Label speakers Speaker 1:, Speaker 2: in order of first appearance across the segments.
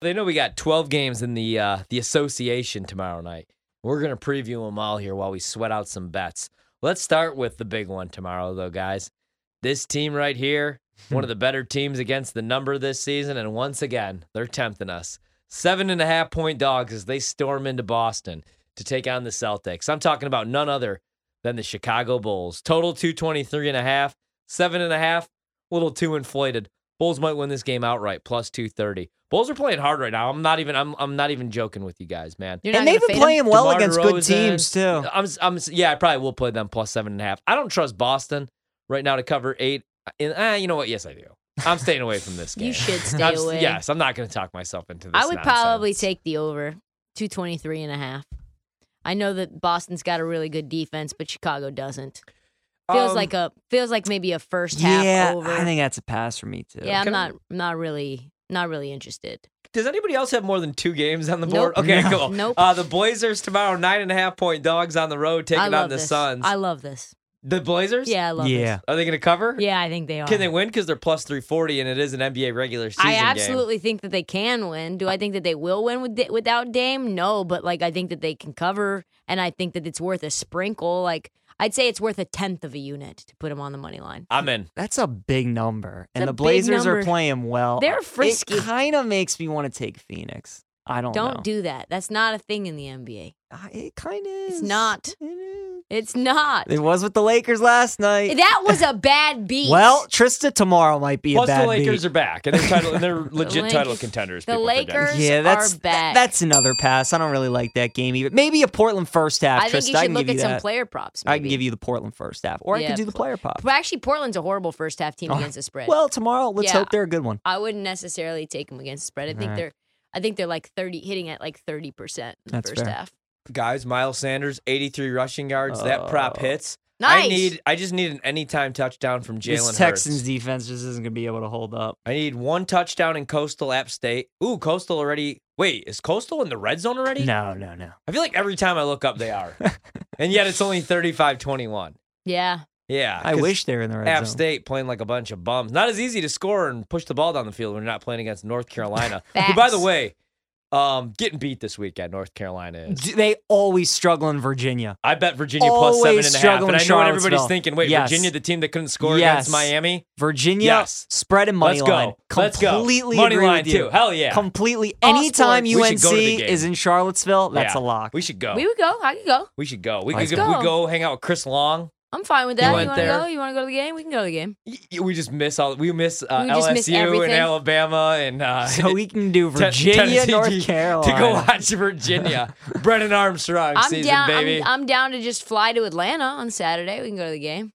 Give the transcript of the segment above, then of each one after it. Speaker 1: They know we got 12 games in the uh, the association tomorrow night. We're gonna preview them all here while we sweat out some bets. Let's start with the big one tomorrow, though, guys. This team right here, one of the better teams against the number this season, and once again, they're tempting us. Seven and a half point dogs as they storm into Boston to take on the Celtics. I'm talking about none other than the Chicago Bulls. Total 223 and a half, seven and a half, a little too inflated. Bulls might win this game outright, plus 230. Bulls are playing hard right now. I'm not even I'm I'm not even joking with you guys, man.
Speaker 2: You're not
Speaker 3: And they've
Speaker 2: gonna
Speaker 3: been
Speaker 2: fade 'em?
Speaker 3: playing well
Speaker 1: DeMar
Speaker 3: against good
Speaker 1: DeRozan.
Speaker 3: teams too.
Speaker 1: I'm, I'm, yeah, I probably will play them plus seven and a half. I don't trust Boston right now to cover eight. And uh, you know what? Yes, I do. I'm staying away from this game.
Speaker 2: You should stay
Speaker 1: I'm s-
Speaker 2: away.
Speaker 1: Yes, I'm not going to talk myself into this.
Speaker 2: I would probably
Speaker 1: nonsense.
Speaker 2: take the over 223 and a half. I know that Boston's got a really good defense, but Chicago doesn't. Feels
Speaker 1: Um,
Speaker 2: like a feels like maybe a first half
Speaker 3: Yeah,
Speaker 2: over.
Speaker 3: I think that's a pass for me too.
Speaker 2: yeah, I'm
Speaker 1: Can I-
Speaker 2: not not really not really interested.
Speaker 1: Does anybody else have more than two games on the board?
Speaker 2: Nope.
Speaker 1: Okay,
Speaker 2: No.
Speaker 1: cool.
Speaker 2: Nope.
Speaker 1: Uh, the Blazers tomorrow, nine and a half point dogs on the road taking
Speaker 2: I love
Speaker 1: on the
Speaker 2: this.
Speaker 1: Suns.
Speaker 2: I love this.
Speaker 1: the Blazers.
Speaker 2: Yeah, I love
Speaker 3: Yeah.
Speaker 1: Are they going to cover?
Speaker 2: this. Yeah, I think they are.
Speaker 1: Can they win? Because they're plus 340 and it is an NBA regular season
Speaker 2: I
Speaker 1: game.
Speaker 2: absolutely think that they can win. Do I think that they will win with, without Dame? No, but like I think that they can cover, and I think that it's worth a sprinkle. Like I'd say it's worth a tenth of a unit to put them on the money line.
Speaker 1: I'm in.
Speaker 3: That's a big number.
Speaker 2: It's a
Speaker 3: And the
Speaker 2: big
Speaker 3: Blazers
Speaker 2: number.
Speaker 3: are playing well.
Speaker 2: They're frisky.
Speaker 3: It kind of makes me want to take Phoenix. I don't,
Speaker 2: Don't
Speaker 3: know.
Speaker 2: do that. That's not a thing in the NBA.
Speaker 3: I- It kind of is.
Speaker 2: not.
Speaker 3: It is.
Speaker 2: It's not.
Speaker 3: It was with the Lakers last night.
Speaker 2: That was a bad beat.
Speaker 3: well, Trista tomorrow might be
Speaker 1: Plus
Speaker 3: a bad
Speaker 1: the Lakers
Speaker 3: beat.
Speaker 1: are back and they're, title, and they're legit
Speaker 2: Lakers-
Speaker 1: title contenders.
Speaker 2: the
Speaker 1: people forget.
Speaker 2: Lakers
Speaker 3: yeah, that's
Speaker 2: are back.
Speaker 3: that's another pass. I don't really like that game either. Maybe a Portland first half.
Speaker 2: I think
Speaker 3: Trista.
Speaker 2: you
Speaker 3: I
Speaker 2: should
Speaker 3: can
Speaker 2: look
Speaker 3: give
Speaker 2: at
Speaker 3: you
Speaker 2: some
Speaker 3: that.
Speaker 2: player props.
Speaker 3: I can give you the Portland first half, or I
Speaker 2: Yeah,
Speaker 3: could do the
Speaker 2: pl-
Speaker 3: player pop.
Speaker 2: But actually, Portland's a horrible first half team
Speaker 3: Oh,
Speaker 2: against the spread.
Speaker 3: Well, tomorrow, let's
Speaker 2: Yeah.
Speaker 3: hope they're a good one.
Speaker 2: I wouldn't necessarily take them against the spread. I think
Speaker 3: Alright.
Speaker 2: they're, I think they're like thirty, hitting at like thirty percent in the
Speaker 3: That's
Speaker 2: first
Speaker 3: fair.
Speaker 2: half.
Speaker 1: guys, Miles Sanders, 83 rushing yards. that prop
Speaker 3: Oh.
Speaker 1: hits.
Speaker 2: Nice.
Speaker 1: I need. I just need an anytime touchdown from
Speaker 3: This
Speaker 1: Jalen
Speaker 3: Texans
Speaker 1: Hurts.
Speaker 3: defense just isn't going to be able to hold up.
Speaker 1: I need one touchdown in Coastal App State. Ooh, Coastal already. Wait, is Coastal in the red zone already?
Speaker 3: No, no, no.
Speaker 1: I feel like every time I look up, they are. and yet it's only 35-21.
Speaker 2: yeah,
Speaker 1: Yeah.
Speaker 3: I
Speaker 1: 'cause
Speaker 3: wish they were in the red
Speaker 1: App
Speaker 3: zone.
Speaker 1: State playing like a bunch of bums. Not as easy to score and push the ball down the field when you're not playing against North Carolina. Who, by the
Speaker 2: Facts.
Speaker 1: way, um, getting beat this weekend. North Carolina is.
Speaker 3: D- They always struggle in Virginia.
Speaker 1: I bet Virginia plus seven
Speaker 3: Always
Speaker 1: and a half.
Speaker 3: struggle
Speaker 1: And
Speaker 3: in
Speaker 1: I know what everybody's
Speaker 3: Charlottesville.
Speaker 1: thinking. Wait,
Speaker 3: Yes.
Speaker 1: Virginia, the team that couldn't score
Speaker 3: Yes.
Speaker 1: against Miami.
Speaker 3: Virginia,
Speaker 1: Yes.
Speaker 3: spread and money
Speaker 1: Let's go.
Speaker 3: line.
Speaker 1: Let's go.
Speaker 3: Completely
Speaker 1: Money
Speaker 3: agree
Speaker 1: line
Speaker 3: with you.
Speaker 1: too. Hell yeah.
Speaker 3: Completely.
Speaker 2: All
Speaker 3: Anytime
Speaker 2: sports.
Speaker 1: We
Speaker 3: UNC
Speaker 1: should go to the game.
Speaker 3: is in Charlottesville, that's
Speaker 1: Yeah.
Speaker 3: a lock.
Speaker 1: We should go.
Speaker 2: we would go. I could go.
Speaker 1: We should go. We
Speaker 3: Let's
Speaker 1: could
Speaker 2: go.
Speaker 1: we go hang out with Chris Long.
Speaker 2: I'm fine with
Speaker 1: You
Speaker 2: that. You,
Speaker 1: went
Speaker 2: want to
Speaker 1: there?
Speaker 2: go? You want to go to the game? We can go to the game.
Speaker 1: Y- y- We just miss all. We miss uh,
Speaker 2: We just miss
Speaker 1: LSU and
Speaker 2: everything.
Speaker 1: Alabama and uh,
Speaker 3: so we can do
Speaker 1: Ten-
Speaker 3: Virginia,
Speaker 1: Tennessee
Speaker 3: North
Speaker 1: to-
Speaker 3: Carolina.
Speaker 1: to go watch Virginia. Brennan Armstrong
Speaker 2: I'm
Speaker 1: season,
Speaker 2: down.
Speaker 1: baby.
Speaker 2: I'm, I'm down to just fly to Atlanta on Saturday. We can go to the game.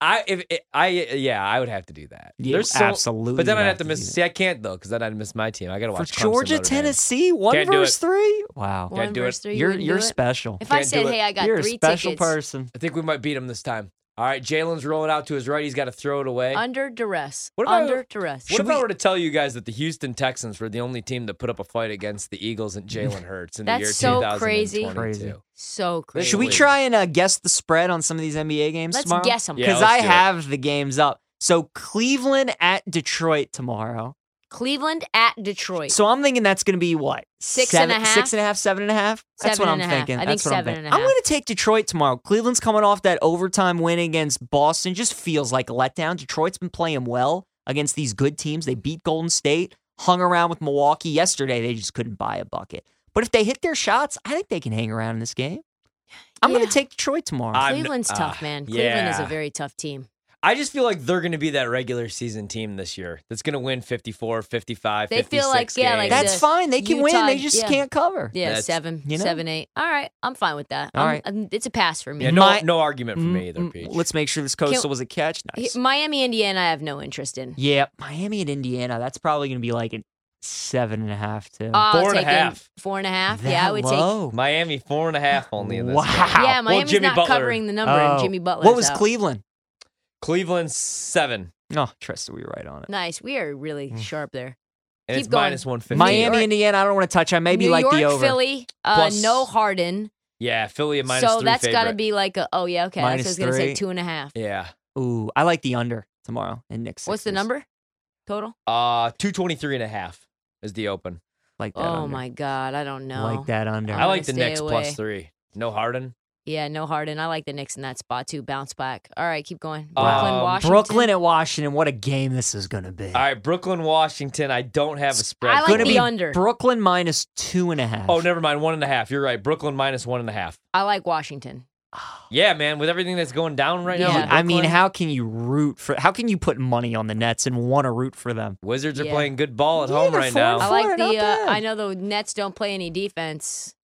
Speaker 1: I if it, I yeah, I would have to do that.
Speaker 3: You
Speaker 1: There's so,
Speaker 3: absolutely
Speaker 1: But then I'd
Speaker 3: would
Speaker 1: have to
Speaker 3: do
Speaker 1: miss.
Speaker 3: that.
Speaker 1: See, I can't though, because then I'd miss my team. I gotta
Speaker 3: For
Speaker 1: watch Clemson,
Speaker 3: Georgia,
Speaker 1: Notre Dame.
Speaker 3: Tennessee, one
Speaker 1: Can't do
Speaker 3: verse three. Wow,
Speaker 2: One
Speaker 1: do
Speaker 2: versus
Speaker 1: it.
Speaker 2: three.
Speaker 3: you're
Speaker 2: we can
Speaker 3: you're
Speaker 2: do it.
Speaker 3: special.
Speaker 2: If I
Speaker 1: Can't do
Speaker 2: said,
Speaker 1: it.
Speaker 2: "Hey, I got
Speaker 3: you're a
Speaker 2: three
Speaker 3: special
Speaker 2: tickets,"
Speaker 3: person.
Speaker 1: I think we might beat them this time. All right, Jalen's rolling out to his right. He's got to throw it away.
Speaker 2: Under duress.
Speaker 1: What about-
Speaker 2: Under duress.
Speaker 1: what if I were to tell you guys that the Houston Texans were the only team that put up a fight against the Eagles and Jalen Hurts in the
Speaker 2: That's
Speaker 1: year
Speaker 2: so
Speaker 1: 2022?
Speaker 2: crazy.
Speaker 3: Crazy.
Speaker 2: So crazy.
Speaker 3: Should we
Speaker 1: Please.
Speaker 3: try and uh, guess the spread on some of these NBA games
Speaker 2: Let's
Speaker 3: tomorrow?
Speaker 2: guess them.
Speaker 1: Yeah,
Speaker 3: Because
Speaker 1: let's
Speaker 3: I
Speaker 1: do it.
Speaker 3: have the games up. So Cleveland at Detroit tomorrow.
Speaker 2: Cleveland at Detroit.
Speaker 3: So I'm thinking that's going to be what
Speaker 2: Six and
Speaker 3: seven,
Speaker 2: a half?
Speaker 3: six and a half, seven and a half. That's
Speaker 2: Seven
Speaker 3: what
Speaker 2: and
Speaker 3: I'm
Speaker 2: a half.
Speaker 3: thinking.
Speaker 2: I think
Speaker 3: That's what I'm
Speaker 2: seven
Speaker 3: thinking.
Speaker 2: and a
Speaker 3: I'm
Speaker 2: half.
Speaker 3: going to take Detroit tomorrow. Cleveland's coming off that overtime win against Boston. Just feels like a letdown. Detroit's been playing well against these good teams. They beat Golden State, hung around with Milwaukee yesterday. They just couldn't buy a bucket. But if they hit their shots, I think they can hang around in this game. I'm going
Speaker 2: Yeah.
Speaker 3: to take Detroit tomorrow.
Speaker 1: I- I'm-
Speaker 2: Cleveland's
Speaker 1: uh,
Speaker 2: tough, man. Cleveland is a
Speaker 1: yeah.
Speaker 2: very tough team.
Speaker 1: I just feel like they're going to be that regular season team this year that's going to win 54, 55,
Speaker 2: They feel like,
Speaker 1: 56
Speaker 2: yeah, like
Speaker 1: games.
Speaker 3: That's
Speaker 2: the
Speaker 3: fine. They can
Speaker 2: Utah-
Speaker 3: win. They just
Speaker 2: yeah.
Speaker 3: can't cover.
Speaker 2: Yeah,
Speaker 1: That's-
Speaker 2: seven,
Speaker 3: you know?
Speaker 2: seven, eight. All right, I'm fine with that.
Speaker 3: All
Speaker 2: I'm-
Speaker 3: right.
Speaker 2: I'm- it's a pass for me.
Speaker 1: Yeah, no,
Speaker 3: My-
Speaker 1: no argument for me either,
Speaker 3: Mm,
Speaker 1: Peach.
Speaker 3: Let's make sure this coastal was a catch.
Speaker 2: He-
Speaker 3: Nice.
Speaker 2: Miami, Indiana, I have no interest in.
Speaker 3: Yeah, Miami and Indiana. That's probably going to be like a seven and a half too.
Speaker 2: I'll
Speaker 1: Four and a
Speaker 2: take in
Speaker 1: half.
Speaker 2: Four and a half.
Speaker 3: That
Speaker 2: yeah, I would
Speaker 3: low?
Speaker 1: Miami four and a half only in this.
Speaker 3: Wow.
Speaker 2: take.
Speaker 3: Ow.
Speaker 2: Yeah,
Speaker 3: Well,
Speaker 2: Miami's
Speaker 1: Jimmy
Speaker 2: not
Speaker 1: Butler-
Speaker 2: covering the number, and
Speaker 3: Oh.
Speaker 2: Jimmy Butler.
Speaker 3: What was Cleveland?
Speaker 1: Cleveland seven,
Speaker 3: No, oh, trust we were right on it.
Speaker 2: Nice. We are really
Speaker 3: Mm.
Speaker 2: sharp there.
Speaker 1: and
Speaker 2: Keep
Speaker 1: it's
Speaker 2: going.
Speaker 1: minus one fifty.
Speaker 3: Miami,
Speaker 2: York-
Speaker 3: Indiana. I don't want to touch. I maybe
Speaker 2: New
Speaker 3: like
Speaker 2: York,
Speaker 3: the over.
Speaker 2: Philly, uh,
Speaker 1: Plus-
Speaker 2: no Harden.
Speaker 1: yeah, Philly at minus
Speaker 2: so
Speaker 1: three.
Speaker 2: that's got to
Speaker 1: favorite.
Speaker 2: be like a. Oh yeah, okay.
Speaker 3: Minus
Speaker 2: That's what I was gonna say
Speaker 3: three.
Speaker 2: two and a half.
Speaker 1: yeah.
Speaker 3: Ooh, I like the under tomorrow and Knicks.
Speaker 2: What's the
Speaker 3: Sixers.
Speaker 2: number total?
Speaker 1: Uh, two twenty three and a half is the open.
Speaker 3: Like that.
Speaker 2: Oh
Speaker 3: under.
Speaker 2: my Uh, God, I don't know.
Speaker 3: Like that under.
Speaker 2: I
Speaker 1: I
Speaker 2: wanna
Speaker 1: like the
Speaker 2: stay
Speaker 1: Knicks plus
Speaker 2: away.
Speaker 1: three. No Harden.
Speaker 2: Yeah, no Harden. I like the Knicks in that spot too. Bounce back. All right, keep going.
Speaker 1: Um,
Speaker 2: Brooklyn, Washington.
Speaker 3: Brooklyn at Washington. What a game this is going to be.
Speaker 1: All right, Brooklyn, Washington. I don't have a spread.
Speaker 2: I like
Speaker 3: Gonna
Speaker 2: the
Speaker 3: be
Speaker 2: under.
Speaker 3: Brooklyn minus two and a half.
Speaker 1: oh, never mind. One and a half. You're right. Brooklyn minus one and a half.
Speaker 2: I like Washington.
Speaker 1: Yeah, man. With everything that's going down right now,
Speaker 2: Yeah.
Speaker 1: with
Speaker 3: I mean,
Speaker 1: Brooklyn,
Speaker 3: how can you root for? How can you put money on the Nets and want to root for them?
Speaker 1: Wizards are
Speaker 2: Yeah.
Speaker 1: playing good ball at
Speaker 3: Yeah,
Speaker 1: home
Speaker 3: they're
Speaker 1: right
Speaker 3: four and
Speaker 1: now.
Speaker 2: I
Speaker 3: four.
Speaker 2: like
Speaker 3: Florida,
Speaker 2: the.
Speaker 3: not
Speaker 2: Uh,
Speaker 3: bad.
Speaker 2: I know the Nets don't play any defense,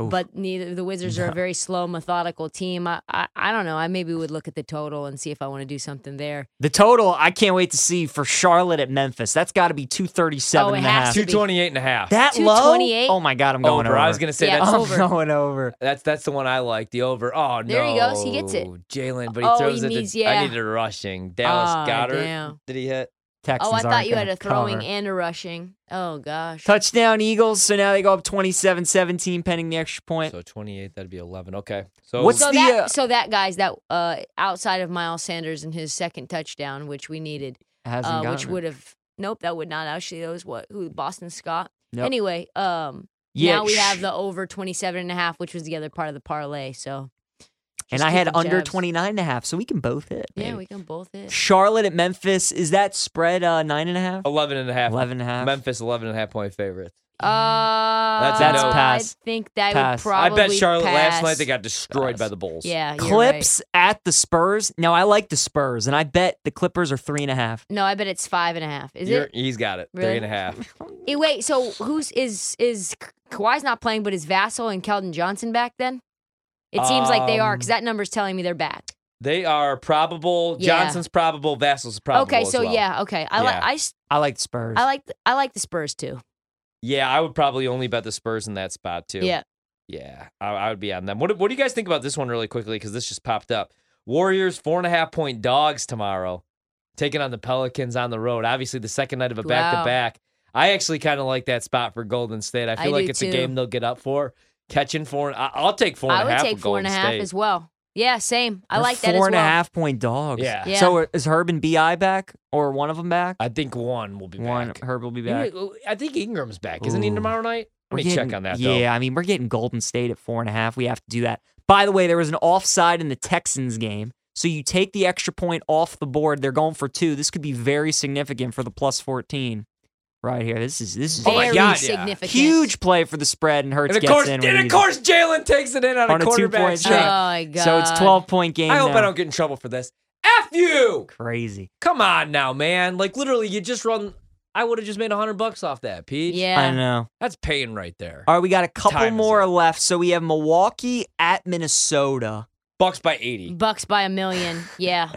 Speaker 3: Oof.
Speaker 2: but neither the Wizards are a
Speaker 3: No.
Speaker 2: very slow, methodical team. I, I I don't know. I maybe would look at the total and see if I want to do something there.
Speaker 3: The total, I can't wait to see for Charlotte at Memphis. That's got to be 237
Speaker 2: Oh, it
Speaker 3: and a
Speaker 2: has
Speaker 3: half.
Speaker 2: to be.
Speaker 1: Two twenty eight and a half.
Speaker 3: That low?
Speaker 2: 228?
Speaker 3: Oh my god, I'm going
Speaker 1: over.
Speaker 3: over.
Speaker 1: I was gonna say
Speaker 2: Yeah.
Speaker 1: that's
Speaker 3: I'm
Speaker 2: over.
Speaker 3: going over.
Speaker 1: That's that's the one I like. The over. Oh no.
Speaker 2: There he goes. He gets it.
Speaker 1: Jalen, but he
Speaker 2: Oh,
Speaker 1: throws
Speaker 2: he
Speaker 1: it.
Speaker 2: needs-
Speaker 1: to,
Speaker 2: yeah.
Speaker 1: I needed a rushing. Dallas
Speaker 2: Ah,
Speaker 1: Goddard.
Speaker 2: damn.
Speaker 1: Did he hit?
Speaker 3: Texans
Speaker 2: oh, I thought
Speaker 3: aren't
Speaker 2: you had
Speaker 3: gonna
Speaker 2: a throwing
Speaker 3: cover.
Speaker 2: and a rushing. Oh gosh.
Speaker 3: Touchdown Eagles. So now they go up 27-17 pending the extra point.
Speaker 1: So twenty eight. That'd be eleven. Okay. So
Speaker 3: What's
Speaker 2: so
Speaker 3: the,
Speaker 2: that
Speaker 3: uh,
Speaker 2: so that guys that uh outside of Miles Sanders and his second touchdown, which we needed,
Speaker 3: Hasn't
Speaker 2: uh,
Speaker 3: gotten
Speaker 2: which
Speaker 3: it.
Speaker 2: would have nope, that would not actually. That was what who Boston Scott.
Speaker 3: Nope.
Speaker 2: Anyway, um,
Speaker 3: yeah,
Speaker 2: now we have
Speaker 3: sh-
Speaker 2: the over 27 and a half, which was the other part of the parlay. So
Speaker 3: And
Speaker 2: just
Speaker 3: I
Speaker 2: keep
Speaker 3: had
Speaker 2: them
Speaker 3: under
Speaker 2: jabs.
Speaker 3: 29 and a half, so we can both hit.
Speaker 2: Yeah,
Speaker 3: maybe.
Speaker 2: we can both hit.
Speaker 3: Charlotte at Memphis. Is that spread uh, nine and a half?
Speaker 1: eleven and a half.
Speaker 3: 11 and a half.
Speaker 1: Oh, Memphis eleven and a half point favorites.
Speaker 2: Uh,
Speaker 1: That's a That's no.
Speaker 3: pass.
Speaker 2: I think that
Speaker 3: Pass.
Speaker 2: would probably
Speaker 1: I bet Charlotte last
Speaker 2: pass.
Speaker 1: night they got destroyed by
Speaker 3: Pass.
Speaker 1: the Bulls.
Speaker 2: yeah Uh, you're right.
Speaker 3: Clips at the Spurs. Now I like the Spurs, and I bet the Clippers are three and a half.
Speaker 2: No, I bet it's five and a half. Is
Speaker 1: You're-
Speaker 2: it?
Speaker 1: He's got it. Three
Speaker 2: Really?
Speaker 1: and a half.
Speaker 2: Eh, Wait, so who's is is Kawhi's not playing, but is Vassell and Keldon Johnson back then? It seems like they are because
Speaker 1: Um,
Speaker 2: that number's telling me they're back.
Speaker 1: They are probable.
Speaker 2: Yeah.
Speaker 1: Johnson's probable. Vassal's probable.
Speaker 2: okay,
Speaker 1: as
Speaker 2: so
Speaker 1: well.
Speaker 2: yeah, okay. I like
Speaker 1: Yeah.
Speaker 2: I s-
Speaker 3: I like the Spurs.
Speaker 2: I like th- I like the Spurs too.
Speaker 1: Yeah, I would probably only bet the Spurs in that spot too.
Speaker 2: Yeah,
Speaker 1: Yeah, I, I would be on them. What, what do you guys think about this one really quickly? Because this just popped up. Warriors, four and a half point dogs tomorrow, taking on the Pelicans on the road. Obviously, the second night of a
Speaker 2: Wow.
Speaker 1: back to back. I actually kind of like that spot for Golden State. I
Speaker 2: I
Speaker 1: feel like
Speaker 2: do
Speaker 1: it's
Speaker 2: too.
Speaker 1: a game they'll get up for. Catching four, and, I, I'll take four and
Speaker 2: I
Speaker 1: a
Speaker 2: would
Speaker 1: half
Speaker 2: take
Speaker 1: with
Speaker 2: four and a
Speaker 1: Golden
Speaker 2: half
Speaker 1: State.
Speaker 2: as well. Yeah, same. I
Speaker 3: They're
Speaker 2: like that as
Speaker 3: four
Speaker 2: well.
Speaker 3: and a half point dogs.
Speaker 1: Yeah.
Speaker 2: Yeah.
Speaker 3: So are- is Herb and Bi back or one of them back?
Speaker 1: I think one will be
Speaker 3: one
Speaker 1: back.
Speaker 3: Herb will be
Speaker 1: Maybe- oh,
Speaker 3: back.
Speaker 1: I think Ingram's back, isn't he
Speaker 3: Ooh.
Speaker 1: tomorrow night?
Speaker 3: We're
Speaker 1: Let me check
Speaker 3: getting-
Speaker 1: on that
Speaker 3: Yeah,
Speaker 1: though.
Speaker 3: I mean we're getting Golden State at four and a half. We have to do that. By the way, there was an offside in the Texans game, so you take the extra point off the board. They're going for two. This could be very significant for the plus fourteen. Right here, this is this is
Speaker 1: Oh my
Speaker 2: Very
Speaker 1: God, yeah.
Speaker 2: significant.
Speaker 3: huge play for the spread, and Hurts
Speaker 1: And of
Speaker 3: gets
Speaker 1: course,
Speaker 3: in.
Speaker 1: and
Speaker 3: when
Speaker 1: of
Speaker 3: he's-
Speaker 1: course, Jalen takes it in on,
Speaker 3: On a
Speaker 1: a quarterback
Speaker 3: two-point
Speaker 2: Oh
Speaker 3: shot.
Speaker 1: shot.
Speaker 2: my god.
Speaker 3: So it's twelve point game.
Speaker 1: I hope
Speaker 3: now.
Speaker 1: I don't get in trouble for this. F you.
Speaker 3: Crazy.
Speaker 1: Come on now, man. Like literally, you just run. I would have just made a hundred bucks off that, Pete.
Speaker 2: Yeah.
Speaker 3: I know.
Speaker 1: that's pain right there.
Speaker 3: All right, we got a couple
Speaker 1: Time is
Speaker 3: more
Speaker 1: up.
Speaker 3: left. So we have Milwaukee at Minnesota.
Speaker 1: Bucks by eighty.
Speaker 2: Bucks by a million. Yeah.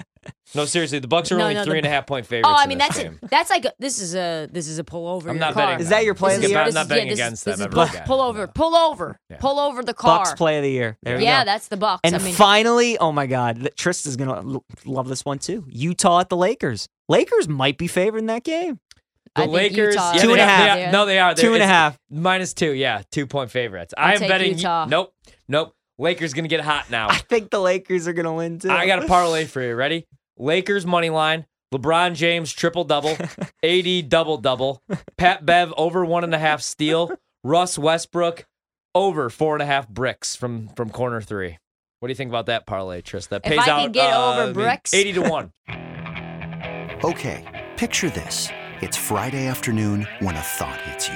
Speaker 1: No, seriously, the Bucks are
Speaker 2: No,
Speaker 1: only
Speaker 2: no, the-
Speaker 1: three and a half point favorites.
Speaker 2: Oh, I
Speaker 1: in
Speaker 2: mean
Speaker 1: this
Speaker 2: that's
Speaker 1: game.
Speaker 2: it. That's like a, this is a this is a pull over.
Speaker 1: I'm
Speaker 2: your
Speaker 1: not
Speaker 2: car.
Speaker 1: betting.
Speaker 3: Is that your play
Speaker 2: This
Speaker 3: of
Speaker 2: is
Speaker 3: the year?
Speaker 2: about-
Speaker 1: I'm
Speaker 2: this
Speaker 1: not
Speaker 2: is-
Speaker 1: betting
Speaker 2: yeah, this is-
Speaker 1: against
Speaker 2: this
Speaker 1: them
Speaker 2: is
Speaker 1: ever
Speaker 2: pull-
Speaker 1: again.
Speaker 2: Pull over, pull over,
Speaker 1: Yeah.
Speaker 2: pull over the car.
Speaker 3: Bucks play of the year. There we
Speaker 2: yeah,
Speaker 3: go.
Speaker 2: that's the Bucks.
Speaker 3: And
Speaker 2: I mean,
Speaker 3: finally, oh my God, th- Trista's gonna l- love this one too. Utah at the Lakers. Lakers might be favored in that game.
Speaker 2: I
Speaker 1: The
Speaker 2: think
Speaker 1: Lakers,
Speaker 2: Utah-
Speaker 1: yeah,
Speaker 3: Two
Speaker 1: they
Speaker 3: and a
Speaker 1: are- they
Speaker 3: half.
Speaker 1: are- no, they are
Speaker 3: Two and a
Speaker 1: It's
Speaker 3: half.
Speaker 1: minus two. Yeah, two point favorites.
Speaker 2: I'll
Speaker 1: I'm
Speaker 2: take
Speaker 1: betting
Speaker 2: Utah.
Speaker 1: Nope, nope. Lakers gonna get hot now.
Speaker 3: I think the Lakers are gonna win too.
Speaker 1: Oh. I got a parlay for you. Ready? Lakers money line. LeBron James triple double, AD double double, Pat Bev over one and a half steal, Russ Westbrook over four and a half bricks from from corner three. What do you think about that parlay, Tris? That
Speaker 2: If
Speaker 1: pays
Speaker 2: I
Speaker 1: out
Speaker 2: can get
Speaker 1: uh,
Speaker 2: over
Speaker 1: I mean,
Speaker 2: bricks.
Speaker 1: eighty to one.
Speaker 4: Okay, picture this. It's Friday afternoon when a thought hits you.